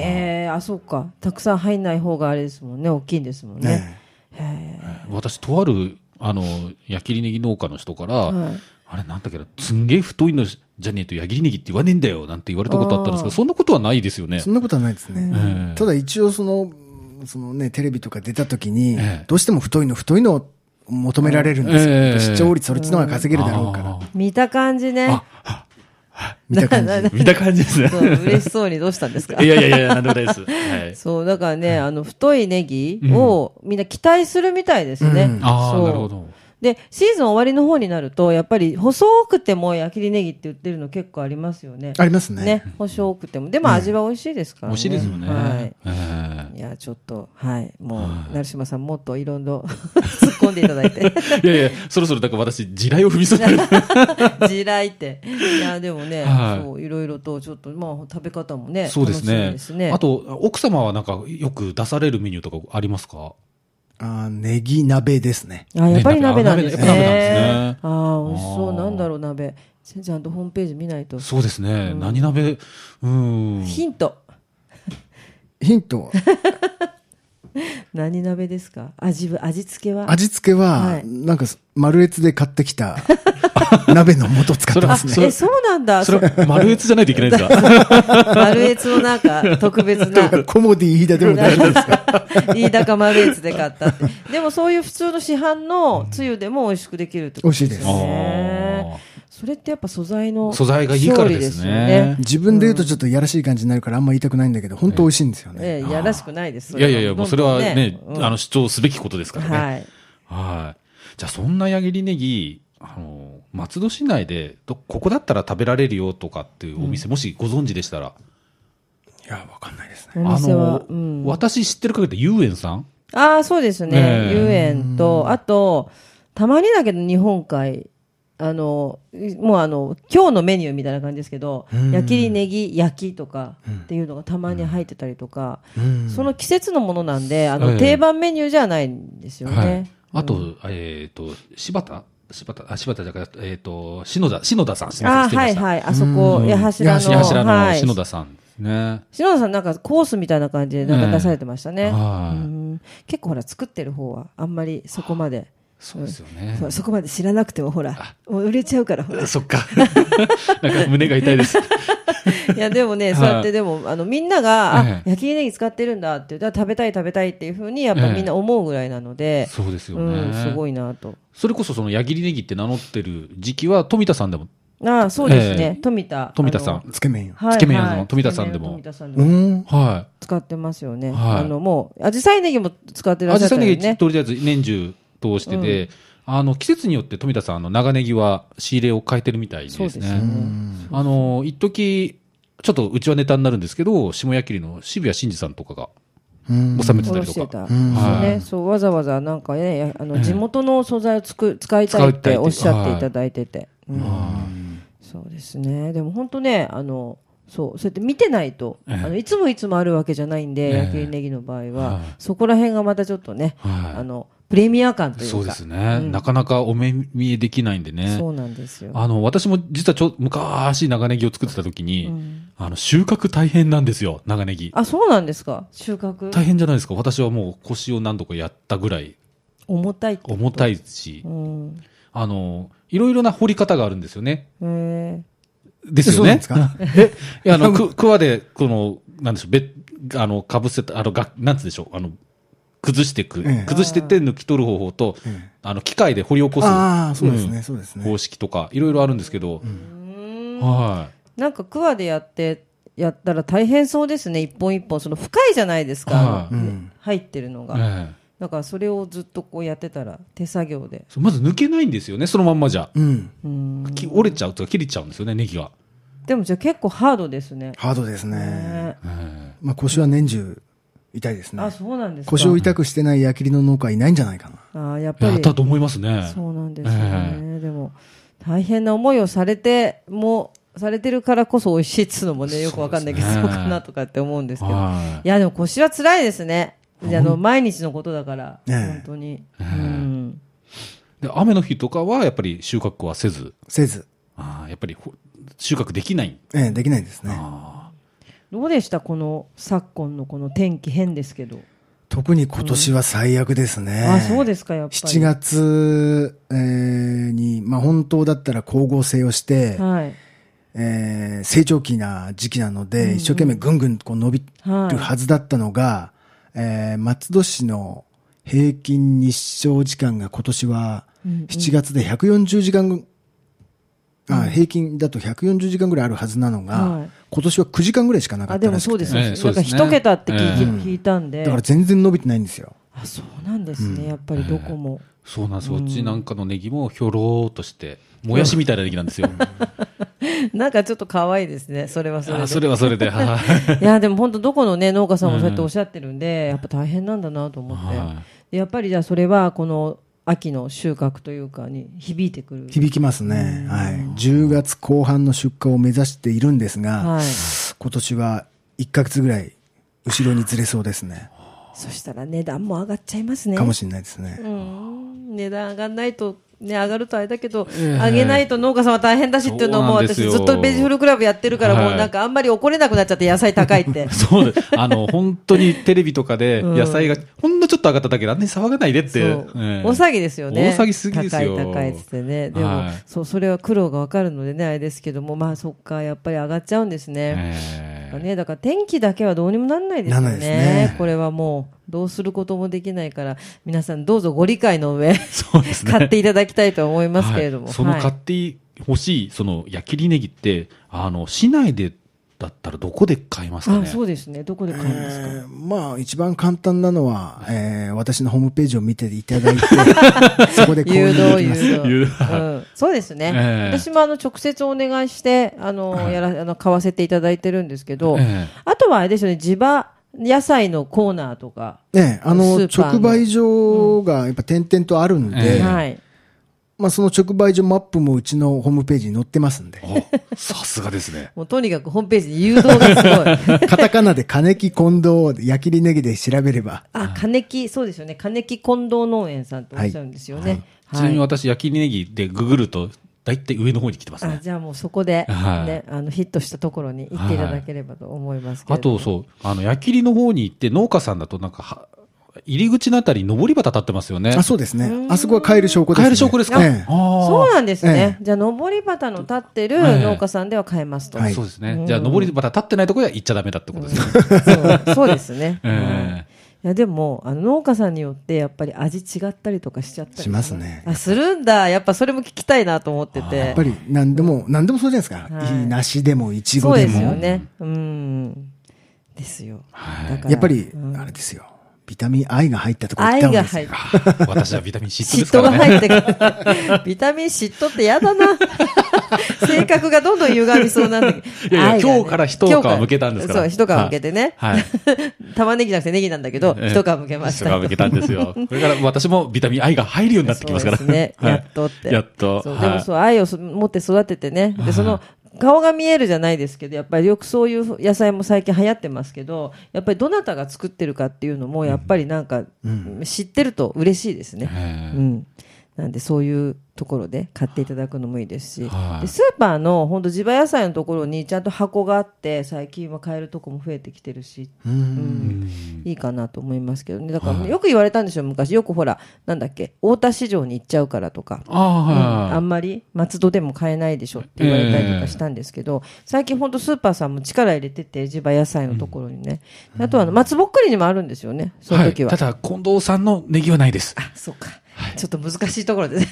[SPEAKER 1] えあそうかたくさん入んない方があれですもんね大きいんですもんね
[SPEAKER 3] ね
[SPEAKER 2] ええ私、とある、あの、矢切ネギ農家の人から、
[SPEAKER 1] はい
[SPEAKER 2] あれなんだっけど、すんげえ太いのじゃねえと矢切ネギって言わねえんだよなんて言われたことあったんですけど、そんなことはないですよね
[SPEAKER 3] そ。んなことはないです
[SPEAKER 2] え
[SPEAKER 3] ね
[SPEAKER 2] え。
[SPEAKER 3] ただ一応その、そのね、テレビとか出た時に
[SPEAKER 2] ええ、
[SPEAKER 3] どうしても太いの太いのを求められるんですよ。
[SPEAKER 2] ええ
[SPEAKER 3] 視聴率そっちの方が稼げるだろうから
[SPEAKER 2] あ。
[SPEAKER 1] 見た感じね
[SPEAKER 3] 見た 感じ。
[SPEAKER 2] 見た感じですね。
[SPEAKER 1] そう嬉しそうにどうしたん ですか
[SPEAKER 2] いやいやいや、なんでもないです。は い。
[SPEAKER 1] そうだからねあの太いネギをみんな期待するみたいですね、
[SPEAKER 3] うん
[SPEAKER 2] ああ、
[SPEAKER 1] そう
[SPEAKER 2] なるほど。
[SPEAKER 1] でシーズン終わりの方になるとやっぱり細くても矢切ネギって売ってるの結構ありますよね
[SPEAKER 3] ありますね。
[SPEAKER 1] ね細くてもでも味は美味しいですからね、
[SPEAKER 2] 美味しいですよね。
[SPEAKER 1] はい
[SPEAKER 2] ええ
[SPEAKER 1] いや、ちょっと、はい、もう、成島さん、もっといろいろ突っ込んでいただいて、
[SPEAKER 2] いやいや、そろそろだから私、地雷を踏みそうになる。
[SPEAKER 1] 地雷って。いや、でもね、
[SPEAKER 2] はい
[SPEAKER 1] そう、いろいろと、ちょっと、まあ、食べ方もね、
[SPEAKER 2] そうです
[SPEAKER 1] 楽し
[SPEAKER 2] ね
[SPEAKER 1] みですね。
[SPEAKER 2] あと、奥様はなんか、よく出されるメニューとかありますか
[SPEAKER 3] あーネギ鍋ですね。
[SPEAKER 1] あ、やっぱり鍋なんですね。
[SPEAKER 2] ね鍋やっぱ鍋なんですね
[SPEAKER 1] あー美味しそ
[SPEAKER 2] あ
[SPEAKER 1] う、
[SPEAKER 2] ー
[SPEAKER 1] なんだろう、鍋。ちゃんとホームページ見ないと。
[SPEAKER 2] そうですね。何鍋、うーん。
[SPEAKER 1] ヒント。
[SPEAKER 3] ヒントは、
[SPEAKER 1] 何鍋ですか味ぶ、味付けは
[SPEAKER 3] 味付け
[SPEAKER 1] は、
[SPEAKER 3] はいなんか、丸越で買ってきた鍋の素使ってますね。
[SPEAKER 2] それ
[SPEAKER 1] え、そうなんだ。
[SPEAKER 2] それ、丸越じゃないといけないんですか
[SPEAKER 1] 丸越のなんか、特 別な。
[SPEAKER 3] コモディ飯田でも大丈夫ですか
[SPEAKER 1] 飯田か丸越で買ったって。でもそういう普通の市販のつゆでも美味しくできるってことですよね。
[SPEAKER 3] 美
[SPEAKER 2] し
[SPEAKER 3] 味
[SPEAKER 2] い
[SPEAKER 1] です。それってやっぱ素材の
[SPEAKER 2] 素材がいいからですね
[SPEAKER 1] 勝利よ
[SPEAKER 3] 自分で言うとちょっといやらしい感じになるからあんま言いたくないんだけど、本当美味しいんですよね。
[SPEAKER 1] ええいやらしくないです。
[SPEAKER 2] いやいやいや、もうそれはね、
[SPEAKER 1] うん
[SPEAKER 2] あの、主張すべきことですからね。
[SPEAKER 1] はい。
[SPEAKER 2] はい。じゃあ、そんな矢切ネギ、あの、松戸市内で、どここだったら食べられるよとかっていうお店、もしご存知でしたら、
[SPEAKER 3] いや、わかんないですね。
[SPEAKER 1] お
[SPEAKER 2] あ
[SPEAKER 1] 店は
[SPEAKER 2] の、、
[SPEAKER 1] うん
[SPEAKER 2] 私知ってる限りで、遊園さん
[SPEAKER 1] ああ、そうですね
[SPEAKER 2] ね。え
[SPEAKER 1] 遊園と、あと、たまにだけど日本海、あの、いもうあの、今日のメニューみたいな感じですけど、焼きりネギ焼きとかっていうのがたまに入ってたりとか、その季節のものなんで、あ
[SPEAKER 2] え
[SPEAKER 1] の、
[SPEAKER 2] え
[SPEAKER 1] 定番メニューじゃないんですよね。
[SPEAKER 2] あと、えっ、と、柴田柴田、あ、柴田じゃなくて、えっ、と、篠田、篠田さん、すみ
[SPEAKER 1] あ
[SPEAKER 2] ま
[SPEAKER 1] あ、
[SPEAKER 2] せん、
[SPEAKER 1] はい
[SPEAKER 2] 失礼しました。
[SPEAKER 1] はい。あそこ、八柱
[SPEAKER 3] い
[SPEAKER 1] の。
[SPEAKER 2] 八柱
[SPEAKER 1] は
[SPEAKER 2] の
[SPEAKER 1] い
[SPEAKER 2] 篠田さんですね。
[SPEAKER 1] 篠田さんなんかコースみたいな感じでなんか出されてましたね。
[SPEAKER 2] はい
[SPEAKER 1] うん結構ほら作ってる方はあんまりそこまで。
[SPEAKER 2] そうですよね。
[SPEAKER 1] そうそこまで知らなくてもほら、もう売れちゃうからほら。
[SPEAKER 2] そっか。なんか胸が痛 いです。
[SPEAKER 1] い やでもね、
[SPEAKER 2] はい
[SPEAKER 1] そうやってでも、あのみんなが、あ
[SPEAKER 2] ええ
[SPEAKER 1] 焼きネギ使ってるんだって、だから食べたい食べたいっていうふうにやっぱ
[SPEAKER 2] ええ
[SPEAKER 1] みんな思うぐらいなので、
[SPEAKER 2] そうですよね。
[SPEAKER 1] うん、すごいなと。
[SPEAKER 2] それこそその矢切ネギって名乗ってる時期は富田さんでも、
[SPEAKER 1] ああ、そうですね、
[SPEAKER 2] ええ
[SPEAKER 1] 富田。
[SPEAKER 2] 富田さ
[SPEAKER 1] あの
[SPEAKER 2] ん。
[SPEAKER 3] つけ麺よ。
[SPEAKER 1] はい
[SPEAKER 2] つけ麺屋の
[SPEAKER 1] はい
[SPEAKER 2] 富田さんでも
[SPEAKER 1] つけ麺屋の富田さんで
[SPEAKER 3] う
[SPEAKER 1] も
[SPEAKER 3] ん。
[SPEAKER 2] は
[SPEAKER 1] 使ってますよね。
[SPEAKER 2] はい
[SPEAKER 1] あのもう、アジサイネギも使って
[SPEAKER 2] い。
[SPEAKER 1] らっ
[SPEAKER 2] ア
[SPEAKER 1] しゃ
[SPEAKER 2] ジ
[SPEAKER 1] っ
[SPEAKER 2] サ
[SPEAKER 1] た
[SPEAKER 2] イ
[SPEAKER 1] よ
[SPEAKER 2] ネギ
[SPEAKER 1] ね。
[SPEAKER 2] とりあえず年中通してで、あの季節によって富田さんあの長ネギは仕入れを変えてるみたいです
[SPEAKER 1] そう
[SPEAKER 2] ね。
[SPEAKER 1] ですよね。
[SPEAKER 2] あの一時ちょっとうちはネタになるんですけど、下焼きの渋谷真二さんとかが
[SPEAKER 3] うん。
[SPEAKER 2] 収めてた
[SPEAKER 1] 殺
[SPEAKER 2] りと
[SPEAKER 1] して
[SPEAKER 2] か。
[SPEAKER 1] た。そう
[SPEAKER 2] は
[SPEAKER 1] ね、
[SPEAKER 2] い
[SPEAKER 1] そうわざわざなんかね、やあの地元の素材をつく使いたいっ
[SPEAKER 2] 使い
[SPEAKER 1] て
[SPEAKER 2] たいって
[SPEAKER 1] おっしゃっていただいてて。うんそうですね。でも本当ね、あの。そう、そうやって見てないと、あのいつもいつもあるわけじゃないんで、
[SPEAKER 2] ええ
[SPEAKER 1] 焼きネギの場合は、
[SPEAKER 2] はい
[SPEAKER 1] そこら辺がまたちょっとね、
[SPEAKER 2] はい
[SPEAKER 1] あのプレミア感というか。
[SPEAKER 2] そうですね、なかなかお目見えできないんでね。
[SPEAKER 1] そうなんですよ。
[SPEAKER 2] あの、私も実はちょ、昔長ネギを作ってた時に、あの、収穫大変なんですよ、長ネギ。
[SPEAKER 1] あ、そうなんですか。収穫
[SPEAKER 2] 大変じゃないですか。私はもう腰を何度かやったぐらい
[SPEAKER 1] 重たいって。
[SPEAKER 2] 重たいし
[SPEAKER 1] う、ん。
[SPEAKER 2] あの、いろいろな掘り方があるんですよね。
[SPEAKER 1] へ
[SPEAKER 2] です
[SPEAKER 3] そ
[SPEAKER 2] よ
[SPEAKER 3] うな
[SPEAKER 2] ね
[SPEAKER 3] んです。か
[SPEAKER 2] いや、あの、 く、くわで、この、なんでしょう、べ、あの、かぶせた、あの、が、なんつうでしょう、あの、崩してく
[SPEAKER 3] ええ、
[SPEAKER 2] 崩してって抜き取る方法と、あの、機械で掘り起こす
[SPEAKER 3] ああ、そうですね、
[SPEAKER 2] ん
[SPEAKER 3] そうですね
[SPEAKER 2] 方。式とか、いろいろあるんですけど、
[SPEAKER 1] え。うん。
[SPEAKER 2] は
[SPEAKER 1] なんか桑でやってやったら大変そうですね一本一本その深いじゃないですか、
[SPEAKER 2] はい
[SPEAKER 3] うん
[SPEAKER 1] 入ってるの
[SPEAKER 2] い。
[SPEAKER 1] が、
[SPEAKER 2] ええ
[SPEAKER 1] だからそれをずっとこうやってたら手作業で
[SPEAKER 2] そうまず抜けないんですよね、そのまんまじゃ。
[SPEAKER 3] うん。
[SPEAKER 1] うん
[SPEAKER 2] き折れちゃうとか切れちゃうんですよね、ネギが。
[SPEAKER 1] でもじゃあ結構ハードですね
[SPEAKER 3] ハードですね。
[SPEAKER 1] ね
[SPEAKER 2] え
[SPEAKER 3] まあ腰は年中痛いですね
[SPEAKER 1] あ。そうなんですか
[SPEAKER 3] 腰を痛くしてない矢切りの農家いないんじゃないかな。
[SPEAKER 1] あやっ
[SPEAKER 2] え
[SPEAKER 1] ぱ
[SPEAKER 2] やっ
[SPEAKER 1] り
[SPEAKER 2] たと思いますね。
[SPEAKER 1] そうなんですよね、でも大変な思いをされてもされてるからこそ美味しいっつうのもねよくわかんないけど
[SPEAKER 2] そう
[SPEAKER 1] そ
[SPEAKER 2] です
[SPEAKER 1] う
[SPEAKER 2] ね
[SPEAKER 1] かなとかって思うんですけど
[SPEAKER 2] はい
[SPEAKER 1] いやでも腰は辛いですねいやあの毎日のことだから、
[SPEAKER 3] ええ
[SPEAKER 1] 本当に、うん
[SPEAKER 2] で雨の日とかはやっぱり収穫はせず、
[SPEAKER 3] せず。
[SPEAKER 2] あーやっぱりほ収穫できない。
[SPEAKER 3] ええ、できないですね。
[SPEAKER 1] どうでしたこの昨今のこの天気変ですけど、
[SPEAKER 3] 特に今年は最悪ですね。
[SPEAKER 1] あそうですかやっぱり
[SPEAKER 3] 7月、えーに、まあ、本当だったら光合成をして、
[SPEAKER 1] はい
[SPEAKER 3] えー成長期な時期なので、一生懸命ぐんぐんこう伸びる
[SPEAKER 1] はい
[SPEAKER 3] はずだったのが、えー松戸市の平均日照時間が今年は7月で140時間ぐ、あ平均だと140時間ぐらいあるはずなのが、
[SPEAKER 1] はい
[SPEAKER 3] 今年は9時間ぐらいしかなか
[SPEAKER 1] あ
[SPEAKER 3] っ
[SPEAKER 1] で
[SPEAKER 3] た
[SPEAKER 1] も
[SPEAKER 3] らし
[SPEAKER 1] そう
[SPEAKER 3] く
[SPEAKER 1] で
[SPEAKER 3] て、
[SPEAKER 1] すよ、
[SPEAKER 2] ええそう
[SPEAKER 1] な
[SPEAKER 2] で
[SPEAKER 1] んか
[SPEAKER 2] すね
[SPEAKER 1] 1桁って聞,、
[SPEAKER 2] ええ
[SPEAKER 1] 聞いたんで
[SPEAKER 3] だから全然伸びてないんですよ。
[SPEAKER 1] あそうなんですね、やっぱりどこも、
[SPEAKER 2] そうなんですよ。うちなんかのネギもひょろーっとして、もやしみたいなネギなんです よ。
[SPEAKER 1] なんかちょっと可愛いですねそれはそれ
[SPEAKER 2] あ
[SPEAKER 1] で
[SPEAKER 2] ーそれはそれで、はい。
[SPEAKER 1] いやでも本当どこのね農家さんもそうやっておっしゃってるんで、やっぱ大変なんだなと思って、
[SPEAKER 2] は
[SPEAKER 1] でやっぱりじゃあそれはこの秋の収穫というかに響いてくる
[SPEAKER 3] 響きますね、はい、10月後半の出荷を目指しているんですが、
[SPEAKER 1] はい
[SPEAKER 3] 今年は1ヶ月ぐらい後ろにずれそうですね。
[SPEAKER 1] そしたら値段も上がっちゃいますね
[SPEAKER 3] かもしれないですね。
[SPEAKER 1] うん値段上がらないとね、上がるとあれだけど、
[SPEAKER 2] ええ
[SPEAKER 1] 上げないと農家さんは大変だしっていうのも、
[SPEAKER 2] そうなんで
[SPEAKER 1] 私
[SPEAKER 2] すよ
[SPEAKER 1] ずっとベジフルクラブやってるから、
[SPEAKER 2] はい
[SPEAKER 1] もうなんかあんまり怒れなくなっちゃって野菜高いって。
[SPEAKER 2] そうです。あの、本当にテレビとかで野菜がほんのちょっと上がっただけであんなに騒がないでっ
[SPEAKER 1] そ
[SPEAKER 2] て。
[SPEAKER 1] う
[SPEAKER 2] ええ
[SPEAKER 1] 大騒ぎですよね。
[SPEAKER 2] 大騒ぎすぎですよ。
[SPEAKER 1] 高い高いっつってね。でも、
[SPEAKER 2] はい
[SPEAKER 1] そう、それは苦労がわかるのでね、あれですけども、まあそっか、やっぱり上がっちゃうんですね。
[SPEAKER 2] ええ
[SPEAKER 1] ね、だから天気だけはどうにもなんないですよ
[SPEAKER 3] な
[SPEAKER 1] ね
[SPEAKER 3] んないですね
[SPEAKER 1] これはもうどうすることもできないから皆さんどうぞご理解の上、
[SPEAKER 2] そうです ね。
[SPEAKER 1] 買っていただきたいと思いますけれども、
[SPEAKER 2] はいその
[SPEAKER 1] はい
[SPEAKER 2] 買ってほしい、その矢切ネギって、あの、市内でだったらどこで買いますか
[SPEAKER 1] あ
[SPEAKER 2] ね。
[SPEAKER 1] そうですねどこで買いますか、
[SPEAKER 3] えーまあ、一番簡単なのは、えー私のホームページを見ていただいて、 そこで購
[SPEAKER 1] 誘
[SPEAKER 3] 入
[SPEAKER 1] 導
[SPEAKER 3] できます。
[SPEAKER 1] 誘導
[SPEAKER 2] 誘導
[SPEAKER 1] うん、そうですね、
[SPEAKER 2] ええ
[SPEAKER 1] 私もあの直接お願いしてあの、やらあの買わせていただいてるんですけど、
[SPEAKER 2] ええ
[SPEAKER 1] あとはあれですよね地場野菜のコーナーとか、
[SPEAKER 3] ね、あ
[SPEAKER 1] ス
[SPEAKER 3] の、
[SPEAKER 1] ーパーの
[SPEAKER 3] 直売所がやっぱ点々とあるん
[SPEAKER 2] え
[SPEAKER 3] で、
[SPEAKER 2] え
[SPEAKER 1] はい
[SPEAKER 3] まあ、その直売所マップもうちのホームページに載ってますんで、
[SPEAKER 2] おさすがですね。
[SPEAKER 1] もうとにかくホームページに誘導が すごい
[SPEAKER 3] カタカナで金木近藤、矢切ネギで調べれば、
[SPEAKER 1] あ金木そうですよね金木近藤農園さんとおっしゃるんですよね、
[SPEAKER 2] ちなみに私、焼きネギでググると、大体上の方に来てます
[SPEAKER 1] あ
[SPEAKER 2] ね。
[SPEAKER 1] じゃあもうそこで、ね
[SPEAKER 2] はい
[SPEAKER 1] あのヒットしたところに行っていただければと思いますけ
[SPEAKER 2] あ
[SPEAKER 1] れども、
[SPEAKER 2] と、そう、あの、焼きりの方に行って、農家さんだと、なんかは、入り口のあたり、上り旗立ってますよね
[SPEAKER 3] あ、。そうですね。あそこは買える証拠です、ね。
[SPEAKER 2] 買える証拠ですか、
[SPEAKER 3] ええ
[SPEAKER 2] あ
[SPEAKER 1] そうなんですね、じゃあ上り旗の立ってる
[SPEAKER 2] ええ
[SPEAKER 1] 農家さんでは買えますと、
[SPEAKER 2] あ。
[SPEAKER 3] はい
[SPEAKER 2] そうですね。じゃあ、上り旗立ってないところは行っちゃダメだってことですね。
[SPEAKER 1] そうそうですね、
[SPEAKER 2] え
[SPEAKER 1] うん
[SPEAKER 2] え
[SPEAKER 1] いやでもあの農家さんによってやっぱり味違ったりとかしちゃったり
[SPEAKER 3] しますね。
[SPEAKER 1] あするんだやっぱそれも聞きたいなと思ってて
[SPEAKER 3] やっぱり何でも、何でもそうじゃないですか。
[SPEAKER 1] はい
[SPEAKER 3] い、い梨でも、いち
[SPEAKER 1] そ
[SPEAKER 3] ご
[SPEAKER 1] う
[SPEAKER 3] で
[SPEAKER 1] で
[SPEAKER 3] も。
[SPEAKER 1] すよねうんですよ、だから
[SPEAKER 3] やっぱり、
[SPEAKER 1] うん
[SPEAKER 3] あれですよ。ビタミン I が入ったとこ行っ
[SPEAKER 1] 愛
[SPEAKER 3] た方が
[SPEAKER 1] が
[SPEAKER 3] いいです
[SPEAKER 1] 入っ
[SPEAKER 3] よ
[SPEAKER 1] て。
[SPEAKER 2] 私はビタミン C で
[SPEAKER 1] 嫉
[SPEAKER 2] す
[SPEAKER 1] 妬
[SPEAKER 2] か
[SPEAKER 1] が
[SPEAKER 2] らね。
[SPEAKER 1] 入ってくる。ビタミン嫉妬ってやだ な。性格がどんどん歪みそうなんだけど。
[SPEAKER 2] いやいや
[SPEAKER 1] 愛がね
[SPEAKER 2] 今日から一皮むけたんですから
[SPEAKER 1] そう、一皮むけてね。
[SPEAKER 2] はい。
[SPEAKER 1] 玉ねぎじゃなくてネギなんだけど、
[SPEAKER 2] ええ
[SPEAKER 1] 一皮むけました。
[SPEAKER 2] 一皮むけたんですよ。これから私もビタミン I が入るようになってきますから。
[SPEAKER 1] そうですね。
[SPEAKER 2] はい
[SPEAKER 1] やっとって。
[SPEAKER 2] やっと。
[SPEAKER 1] そう
[SPEAKER 2] はい
[SPEAKER 1] でもそう、愛をそ持って育ててね。で、その、顔が見えるじゃないですけど、やっぱりよくそういう野菜も最近流行ってますけど、やっぱりどなたが作ってるかっていうのも、やっぱりなんか、知ってると嬉しいですね。
[SPEAKER 2] え
[SPEAKER 1] う
[SPEAKER 2] え
[SPEAKER 1] ん、なんでそういうところで買っていただくのもいいですし、
[SPEAKER 2] はい
[SPEAKER 1] でスーパーの本当地場野菜のところにちゃんと箱があって最近は買えるとこも増えてきてるし、うんいいかなと思いますけどねだからね、よく言われたんですよ昔よくほらなんだっけ太田市場に行っちゃうからとか。
[SPEAKER 2] ああ、
[SPEAKER 1] うん
[SPEAKER 2] はい
[SPEAKER 1] あんまり松戸でも買えないでしょって言われたりとかしたんですけど、最近本当スーパーさんも力入れてて地場野菜のところにね、あとはあの松ぼっくりにもあるんですよねその時は、
[SPEAKER 2] いただ、近藤さんのネギはないです。
[SPEAKER 1] あそうか、ちょっと難しいところで ね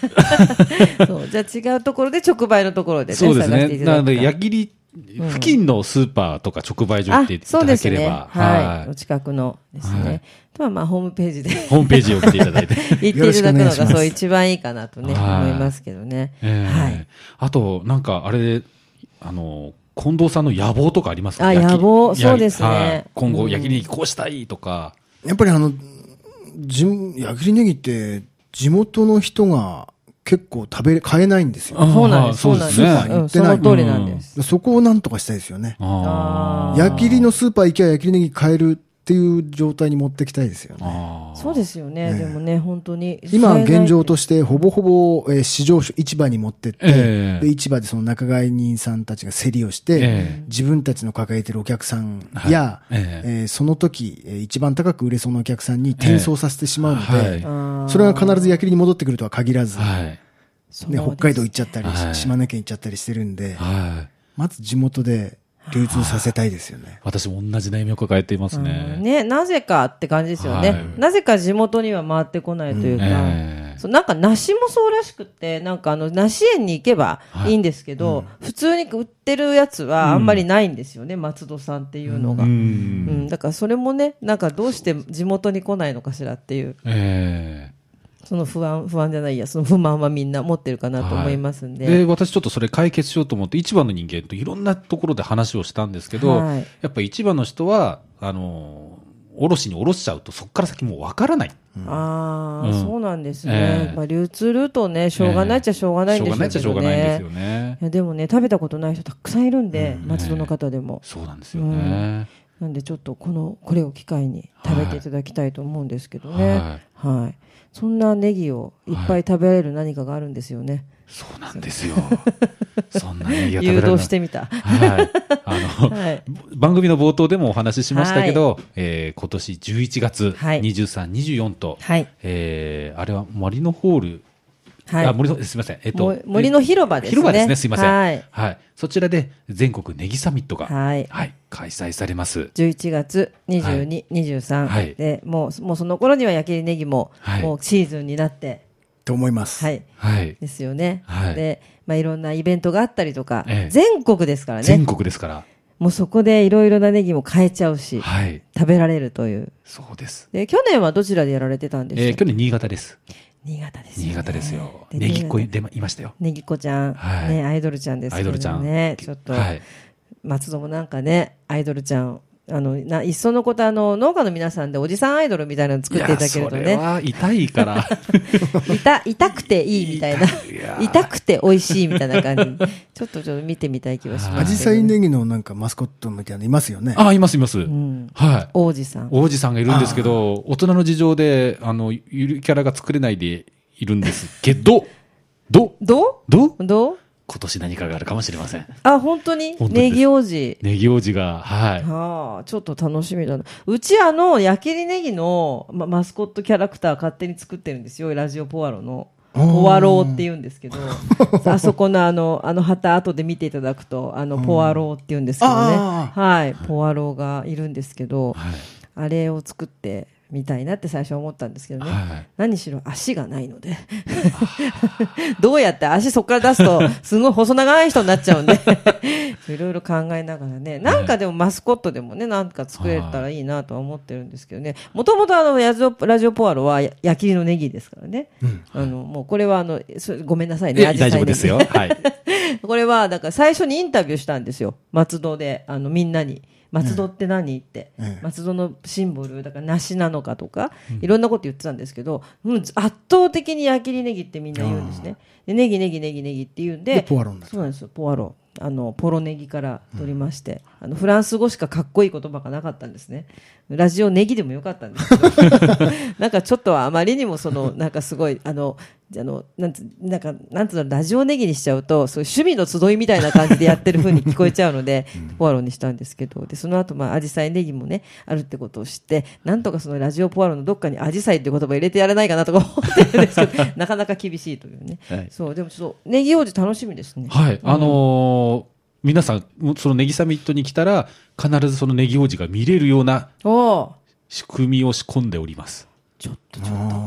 [SPEAKER 1] そうじゃあ違うところで直売のところでね
[SPEAKER 2] そうです
[SPEAKER 1] 探し
[SPEAKER 2] ね
[SPEAKER 1] てい。ただ
[SPEAKER 2] なの
[SPEAKER 1] くか
[SPEAKER 2] で、矢切付近のスーパーとか直売所行ってい
[SPEAKER 1] あそ
[SPEAKER 2] た
[SPEAKER 1] うで
[SPEAKER 2] だ
[SPEAKER 1] す
[SPEAKER 2] けれ
[SPEAKER 1] ね
[SPEAKER 2] ば、
[SPEAKER 1] はい、
[SPEAKER 2] は
[SPEAKER 1] お近くのですね、
[SPEAKER 2] はい
[SPEAKER 1] あとはまあホームペー ジで
[SPEAKER 2] い。ホームページを見てい ただいて。
[SPEAKER 1] 行っていただく
[SPEAKER 3] よ
[SPEAKER 1] の
[SPEAKER 3] ろ
[SPEAKER 1] が
[SPEAKER 3] しくお願いします
[SPEAKER 1] そう一番いいかなとね
[SPEAKER 2] はい
[SPEAKER 1] 思いますけどね、
[SPEAKER 2] ええ
[SPEAKER 1] はい
[SPEAKER 2] あと、なんか、あれで、あの、近藤さんの野望とかありますか
[SPEAKER 1] あ
[SPEAKER 2] 焼き
[SPEAKER 1] 野望
[SPEAKER 2] や
[SPEAKER 1] そうですね
[SPEAKER 2] はい今
[SPEAKER 1] う
[SPEAKER 2] 後、
[SPEAKER 1] ん
[SPEAKER 2] 焼きネギこうしたいとか、
[SPEAKER 3] やっぱりあの、じん、矢切ネギって、地元の人が結構食べれ、買えないんですよ。
[SPEAKER 1] そうなんです
[SPEAKER 2] あ
[SPEAKER 1] そう
[SPEAKER 2] ー
[SPEAKER 1] なんです
[SPEAKER 2] そうですね
[SPEAKER 1] スーパーにうん
[SPEAKER 3] 行ってない
[SPEAKER 1] その通りなんです、
[SPEAKER 3] そこをなんとかしたいですよね。
[SPEAKER 1] あ
[SPEAKER 3] 矢切のスーパー行きゃ矢切ネギ買えるっていう状態に持ってきたいですよね。
[SPEAKER 2] あー
[SPEAKER 1] そうですよね、でもね本当に
[SPEAKER 3] 今、現状
[SPEAKER 1] と
[SPEAKER 3] として、ほぼほぼ、えー市場市場に持ってって、
[SPEAKER 2] ええ
[SPEAKER 3] で市場でその仲買人さんたちが競りをして、
[SPEAKER 2] ええ
[SPEAKER 3] 自分たちの抱えてるお客さんや、
[SPEAKER 2] はいえ
[SPEAKER 3] えーその時、えー一番高く売れそうなお客さんに転送させてしまうので、
[SPEAKER 2] はい
[SPEAKER 3] それが必ず焼きに戻ってくるとは限らず、
[SPEAKER 2] はい。
[SPEAKER 3] ね、北海道行っちゃったり、
[SPEAKER 2] はい
[SPEAKER 3] 島根県行っちゃったりしてるんで、
[SPEAKER 2] はい。
[SPEAKER 3] まず地元で流通させたいですよね。
[SPEAKER 2] 私も同じ悩みを抱えていますね。
[SPEAKER 1] ね、なぜかって感じですよね、
[SPEAKER 2] はい
[SPEAKER 1] なぜか地元には回ってこないというか、
[SPEAKER 2] ええ
[SPEAKER 1] そうなんか梨もそうらしくってなんかあの梨園に行けばいいんですけど、普通に売ってるやつはあんまりないんですよね、松戸さんっていうのが、う
[SPEAKER 2] うんん。
[SPEAKER 1] だからそれもねなんかどうして地元に来ないのかしらっていう
[SPEAKER 2] え
[SPEAKER 1] その不安不安じゃないやその不満はみんな持ってるかなと思いますん
[SPEAKER 2] え
[SPEAKER 1] で。
[SPEAKER 2] で、私ちょっとそれ解決しようと思って、市場の人間といろんなところで話をしたんですけど、
[SPEAKER 1] はい
[SPEAKER 2] やっぱ市場の人は、あの、おろしにおろしちゃうと、そこから先もうわからない。
[SPEAKER 1] ああ、
[SPEAKER 2] うん
[SPEAKER 1] そうなんです
[SPEAKER 2] え
[SPEAKER 1] ね、
[SPEAKER 2] え
[SPEAKER 1] まあ、流通ルートね、しょうがないっちゃしょうがないんでしょうけどね、
[SPEAKER 2] しょうがないっちゃしょうがないんですよね。
[SPEAKER 1] いやでもね食べたことない人たくさんいるんで、松戸の方でも、
[SPEAKER 2] そうなんですよね。
[SPEAKER 1] なんでちょっとこの、これを機会に食べていただきたいと思うんですけどね。はい。そんなネギをいっぱい食べられる何かがあるんですよね。
[SPEAKER 2] そうなんですよ。そんなネギが食べ
[SPEAKER 1] 誘
[SPEAKER 2] られない
[SPEAKER 1] 導してみ た。
[SPEAKER 2] はい。あの、
[SPEAKER 1] はい。
[SPEAKER 2] 番組の冒頭でもお話ししましたけど、えー今年11月
[SPEAKER 1] はい
[SPEAKER 2] 23、24と、
[SPEAKER 1] はい
[SPEAKER 2] えーあれは森のホール、
[SPEAKER 1] はい
[SPEAKER 2] あ森のすみません、えっ
[SPEAKER 1] も森の広場ですね
[SPEAKER 2] 広場ですね、すみません、は
[SPEAKER 1] はいい
[SPEAKER 2] そちらで全国ネギサミットが、は
[SPEAKER 1] はいい
[SPEAKER 2] 開催されます。
[SPEAKER 1] 11月22、23、
[SPEAKER 2] はい
[SPEAKER 1] でもうもうその頃には焼きネギも、
[SPEAKER 2] はい
[SPEAKER 1] もうシーズンになって、
[SPEAKER 3] と思います。
[SPEAKER 1] はい、
[SPEAKER 2] はい、
[SPEAKER 1] ですよね、
[SPEAKER 2] はい
[SPEAKER 1] でまあ、いろんなイベントがあったりとか、
[SPEAKER 2] ええ
[SPEAKER 1] 全国ですから
[SPEAKER 2] 全
[SPEAKER 1] ね、
[SPEAKER 2] 国ですから、
[SPEAKER 1] もうそこでいろいろなネギも買えちゃうし、
[SPEAKER 2] はい、
[SPEAKER 1] 食べられるという
[SPEAKER 2] そうです。
[SPEAKER 1] で、去年はどちらでやられてたんで
[SPEAKER 2] え
[SPEAKER 1] し
[SPEAKER 2] ー
[SPEAKER 1] たっけ
[SPEAKER 2] 去年新潟です。
[SPEAKER 1] 新潟ですよ、ね、
[SPEAKER 2] 新潟ですよ。
[SPEAKER 1] で
[SPEAKER 2] ネギっ子
[SPEAKER 1] 新
[SPEAKER 2] い
[SPEAKER 1] 潟
[SPEAKER 2] 出まいましたよ。
[SPEAKER 1] ネギ子ちゃん、
[SPEAKER 2] はい
[SPEAKER 1] ね、アイドルちゃんです
[SPEAKER 2] ア
[SPEAKER 1] け
[SPEAKER 2] イ
[SPEAKER 1] ど
[SPEAKER 2] ドルちゃん。
[SPEAKER 1] ね、ちょっと、
[SPEAKER 2] はい。
[SPEAKER 1] 松戸もなんかね、アイドルちゃん、あの、な、いっそのことあの、農家の皆さんでおじさんアイドルみたいなの作っていただけると
[SPEAKER 2] いやそ
[SPEAKER 1] ね、
[SPEAKER 2] れは痛いから。
[SPEAKER 1] いた、痛くていいみたいな、
[SPEAKER 2] いやー
[SPEAKER 1] 痛くて美味しいみたいな感じ、 ちょっとちょっと見てみたい気はし
[SPEAKER 3] ア
[SPEAKER 1] ま
[SPEAKER 3] ジ
[SPEAKER 1] す
[SPEAKER 3] サ
[SPEAKER 1] け
[SPEAKER 3] イ
[SPEAKER 1] どね。
[SPEAKER 3] ネギのなんかマスコットみたいなのいますよね。
[SPEAKER 2] あ、いますいます。
[SPEAKER 1] ん
[SPEAKER 2] はい。
[SPEAKER 1] 王子さん。
[SPEAKER 2] 王子さんがいるんですけど、大人の事情で、あの、ゆるキャラが作れないでいるんです けど、ど、
[SPEAKER 1] ど
[SPEAKER 2] ど、
[SPEAKER 1] うどう
[SPEAKER 2] 今年何かがあるかもしれません。
[SPEAKER 1] あ、本当に
[SPEAKER 2] 本当です
[SPEAKER 1] ネギ王子。
[SPEAKER 2] ネギ王子が、はい。
[SPEAKER 1] はあ、ちょっと楽しみだな。うちあの、やきりネギの、ま、マスコットキャラクター勝手に作ってるんですよ。ラジオポワロの。ポワローって言うんですけ ど、あそこのあの、あの旗後で見ていただくと、あの、ポワローって言うんですけどね。
[SPEAKER 3] あ
[SPEAKER 1] はい、ポワローがいるんですけど、
[SPEAKER 2] はい。
[SPEAKER 1] あれを作ってみたいなって最初は思ったんですけどね。
[SPEAKER 2] はい
[SPEAKER 1] 何しろ足がないので。 どうやって足そこから出すと、すごい細長い人になっちゃうんで。 いろいろ考えながらね。なんかでもマスコットでもね、なんか作れたらいいなとは思ってるんですけどね。もともとあの、やじょラジオポアロはや、焼きりのネギですからね。あの、もうこれはあの、そごめんなさい
[SPEAKER 2] い
[SPEAKER 1] ね。
[SPEAKER 2] や
[SPEAKER 1] アジサ
[SPEAKER 2] 大
[SPEAKER 1] イネギ
[SPEAKER 2] 丈夫ですよ。。はい。
[SPEAKER 1] これは、だから最初にインタビューしたんですよ。松戸で、あの、みんなに。松戸って何って、
[SPEAKER 3] ええ
[SPEAKER 1] 松戸のシンボル、だから梨なのかとか、いろんなこと言ってたんですけど、うん、圧倒的に矢切ネギってみんな言うんですね。でネギネギネギネギって言うんで、
[SPEAKER 3] でポワロになった
[SPEAKER 1] そうなんですよ、ポワロ。あの、ポロネギから取りまして、あの、フランス語しかかっこいい言葉がなかったんですね。ラジオネギでもよかったんですけど、 なんかちょっとあまりにもその、なんかすごい、あの、あの、なんつ、なんか、なんつうの、ラジオネギにしちゃうと、そういう趣味の集いみたいな感じでやってる風に聞こえちゃうので、ポワロにしたんですけど、で、その後、まあ、アジサイネギもね、あるってことを知って、なんとかそのラジオポワロのどっかにアジサイっていう言葉入れてやらないかなとか思ってるんですけ ど、なかなか厳しいというね。
[SPEAKER 2] はい
[SPEAKER 1] そう、でもちょっと、ネギ王子楽しみですね。
[SPEAKER 2] はい。あのー皆さん、そのネギサミットに来たら、必ずそのネギ王子が見れるような
[SPEAKER 1] おお
[SPEAKER 2] 仕組みを仕込んでおります。
[SPEAKER 1] ちょっと、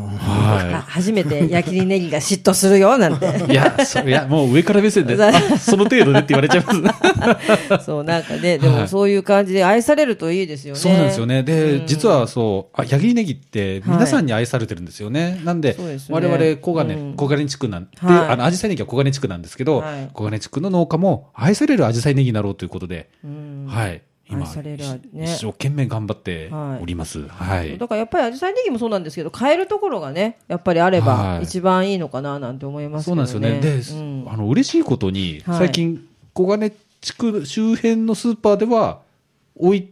[SPEAKER 1] あ
[SPEAKER 2] は
[SPEAKER 1] 初めて矢切ネギが嫉妬するよ、なんて。
[SPEAKER 2] い。いや、そいや、もう上から目線で、
[SPEAKER 1] ざ
[SPEAKER 2] あその程度でって言われちゃいます。
[SPEAKER 1] そう、なんかね、でもそういう感じで愛されるといいですよね。
[SPEAKER 2] そうなんですよね。で、
[SPEAKER 1] うん
[SPEAKER 2] 実はそう、あ、ヤギネギって皆さんに愛されてるんですよね。なんで、
[SPEAKER 1] そうですね
[SPEAKER 2] 我々、小金、
[SPEAKER 1] うん
[SPEAKER 2] 小金地区なんで、
[SPEAKER 1] はい
[SPEAKER 2] あの、アジサイネギは小金地区なんですけど、
[SPEAKER 1] はい
[SPEAKER 2] 小金地区の農家も愛されるアジサイネギになろうということで、
[SPEAKER 1] うん。
[SPEAKER 2] はい。
[SPEAKER 1] 愛
[SPEAKER 2] 今、
[SPEAKER 1] される味ね
[SPEAKER 2] 一生懸命頑張って
[SPEAKER 1] はい
[SPEAKER 2] おります。はい。
[SPEAKER 1] だからやっぱりアジサイネギもそうなんですけど変えるところがねやっぱりあれ
[SPEAKER 2] は
[SPEAKER 1] ば
[SPEAKER 2] い
[SPEAKER 1] 一番いいのかななんて思いますけ
[SPEAKER 2] そう
[SPEAKER 1] ど
[SPEAKER 2] な
[SPEAKER 1] ね。
[SPEAKER 2] んですよね。で、
[SPEAKER 1] うん
[SPEAKER 2] あの、嬉しいことに、
[SPEAKER 1] はい
[SPEAKER 2] 最近、小金地区周辺のスーパーでは、置い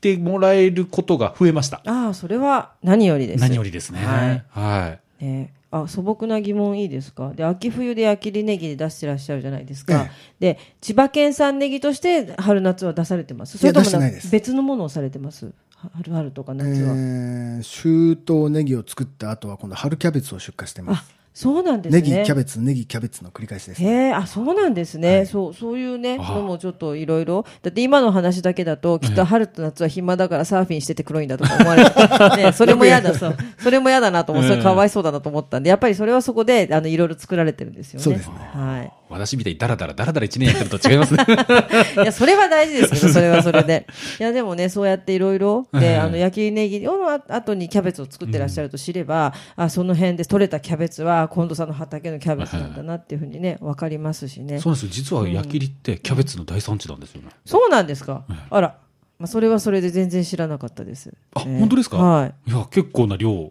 [SPEAKER 2] てもらえることが増えました。
[SPEAKER 1] ああそれは何よりです。
[SPEAKER 2] 何よりですね。
[SPEAKER 1] はい
[SPEAKER 2] はい
[SPEAKER 1] ねあ素朴な疑問いいですかで秋冬で焼きりネギで出してらっしゃるじゃないですか、
[SPEAKER 3] え
[SPEAKER 1] で千葉県産ネギとして春夏は出されてますそれと
[SPEAKER 3] 出
[SPEAKER 1] も
[SPEAKER 3] してない
[SPEAKER 1] んか
[SPEAKER 3] です
[SPEAKER 1] 別のものをされてますは春春とか
[SPEAKER 3] え
[SPEAKER 1] 夏は、
[SPEAKER 3] ー、秋冬ネギを作った後は今度春キャベツを出荷してま
[SPEAKER 1] あ
[SPEAKER 3] す。
[SPEAKER 1] そうなんです
[SPEAKER 3] ネ
[SPEAKER 1] ね
[SPEAKER 3] ギ、キャベツ、ネギ、キャベツの繰り返しです。
[SPEAKER 1] へえ、あ、そうなんですね。そう、そういうね、
[SPEAKER 2] あ
[SPEAKER 1] のもちょっといろいろ。だって今の話だけだと、きっと春と夏は暇だからサーフィンしてて黒いんだとか思われ る。ね、それも嫌だ、そう。それも嫌だなと思う。それかわいそうだなと思ったんで、やっぱりそれはそこで、あの、いろいろ作られてるんですよね。
[SPEAKER 3] そうですね
[SPEAKER 1] はい。
[SPEAKER 2] 私みたいにダラダラダラダラ1年やってると違いますね。
[SPEAKER 1] いや、それは大事 ですけど、それはそれで。いや、でもね、そうやっていろいろ、
[SPEAKER 2] ええ
[SPEAKER 1] で、あの、焼きネギの後にキャベツを作ってらっしゃると知れば、あ、その辺で採れたキャベツは、近藤さんの畑のキャベツなんだなっていうふうにね、わかりますしね。
[SPEAKER 2] そうなんですよ。実は矢切ってキャベツの大産地なんですよね。
[SPEAKER 1] そうなんですか。あら、まあ、それはそれで全然知らなかったです。
[SPEAKER 2] あ、
[SPEAKER 1] ね
[SPEAKER 2] 本当ですか。
[SPEAKER 1] はい
[SPEAKER 2] や、結構な量。
[SPEAKER 1] い。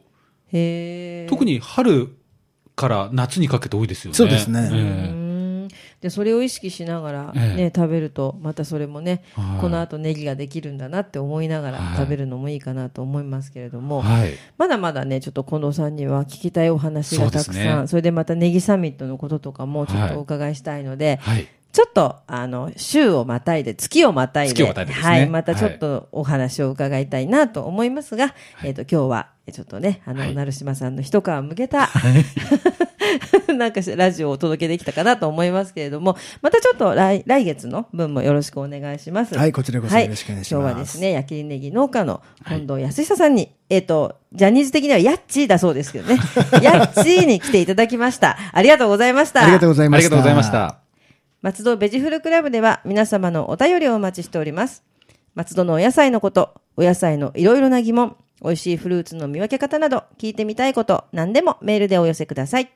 [SPEAKER 1] へえ。
[SPEAKER 2] 特に春から夏にかけて多いですよね。
[SPEAKER 3] そうですね
[SPEAKER 2] え
[SPEAKER 1] うーんでそれを意識しながら、
[SPEAKER 2] ええ
[SPEAKER 1] ね食べるとまたそれもね、
[SPEAKER 2] はい
[SPEAKER 1] この後ネギができるんだなって思いながら
[SPEAKER 2] はい
[SPEAKER 1] 食べるのもいいかなと思いますけれども、
[SPEAKER 2] はい。
[SPEAKER 1] まだまだね、ちょっと近藤さんには聞きたいお話がたくさん、そ,、
[SPEAKER 2] そうですね
[SPEAKER 1] れでまたネギサミットのこととかもちょっ
[SPEAKER 2] はい
[SPEAKER 1] とお伺いしたいので、
[SPEAKER 2] はい。
[SPEAKER 1] ちょっと、あの、週をまたいで、月をまたいで、
[SPEAKER 2] 月をまたいでですね
[SPEAKER 1] はい、またちょっとお話を伺いたいなと思いますが、えっ、と、今日は、ちょっとね、あの、
[SPEAKER 2] はい
[SPEAKER 1] 成島さんの一皮向け た、なんかしラジオをお届けできたかなと思いますけれども、またちょっと来来月の分もよろしくお願いします。
[SPEAKER 3] はいこちらこそ
[SPEAKER 1] は
[SPEAKER 3] よろしくお願いします
[SPEAKER 1] 今日はですね、焼きネギ農家の近藤康久さんに、えっ、と、ジャニーズ的にはヤッチーだそうですけど ね、ヤッチーに来ていただきました。ありがとうございました。
[SPEAKER 3] ありがとうござ
[SPEAKER 2] あ
[SPEAKER 3] い
[SPEAKER 2] り
[SPEAKER 3] ま
[SPEAKER 2] が
[SPEAKER 3] した。
[SPEAKER 2] とうございまし。た。
[SPEAKER 1] 松戸ベジフルクラブでは皆様のお便りをお待ちしております。松戸のお野菜のこと、お野菜のいろいろな疑問、美味しいフルーツの見分け方など、聞いてみたいこと、何でもメールでお寄せください。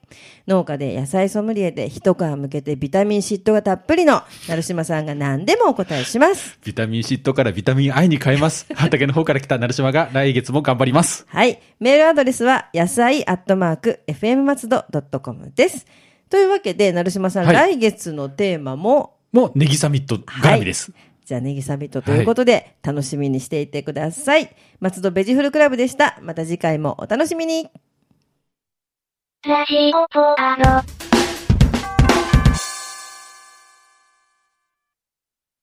[SPEAKER 1] 農家で野菜ソムリエで一皮向けてビタミン嫉妬がたっぷりの、成島さんが何でもお答えします。
[SPEAKER 2] ビタミン嫉妬からビタミン I に変えます。畑の方から来た成島が来月も頑張ります。
[SPEAKER 1] はい。メールアドレスは、野菜アットマーク、fm 松戸 .com です。というわけで、成島さん、
[SPEAKER 2] は
[SPEAKER 1] 来
[SPEAKER 2] い
[SPEAKER 1] 月のテーマも、
[SPEAKER 2] もうネギサミット絡みです。
[SPEAKER 1] じゃあネギサミットということで、楽しみにしていてください。松戸ベジフルクラブでした。また次回もお楽しみに。
[SPEAKER 4] ラジオポアド。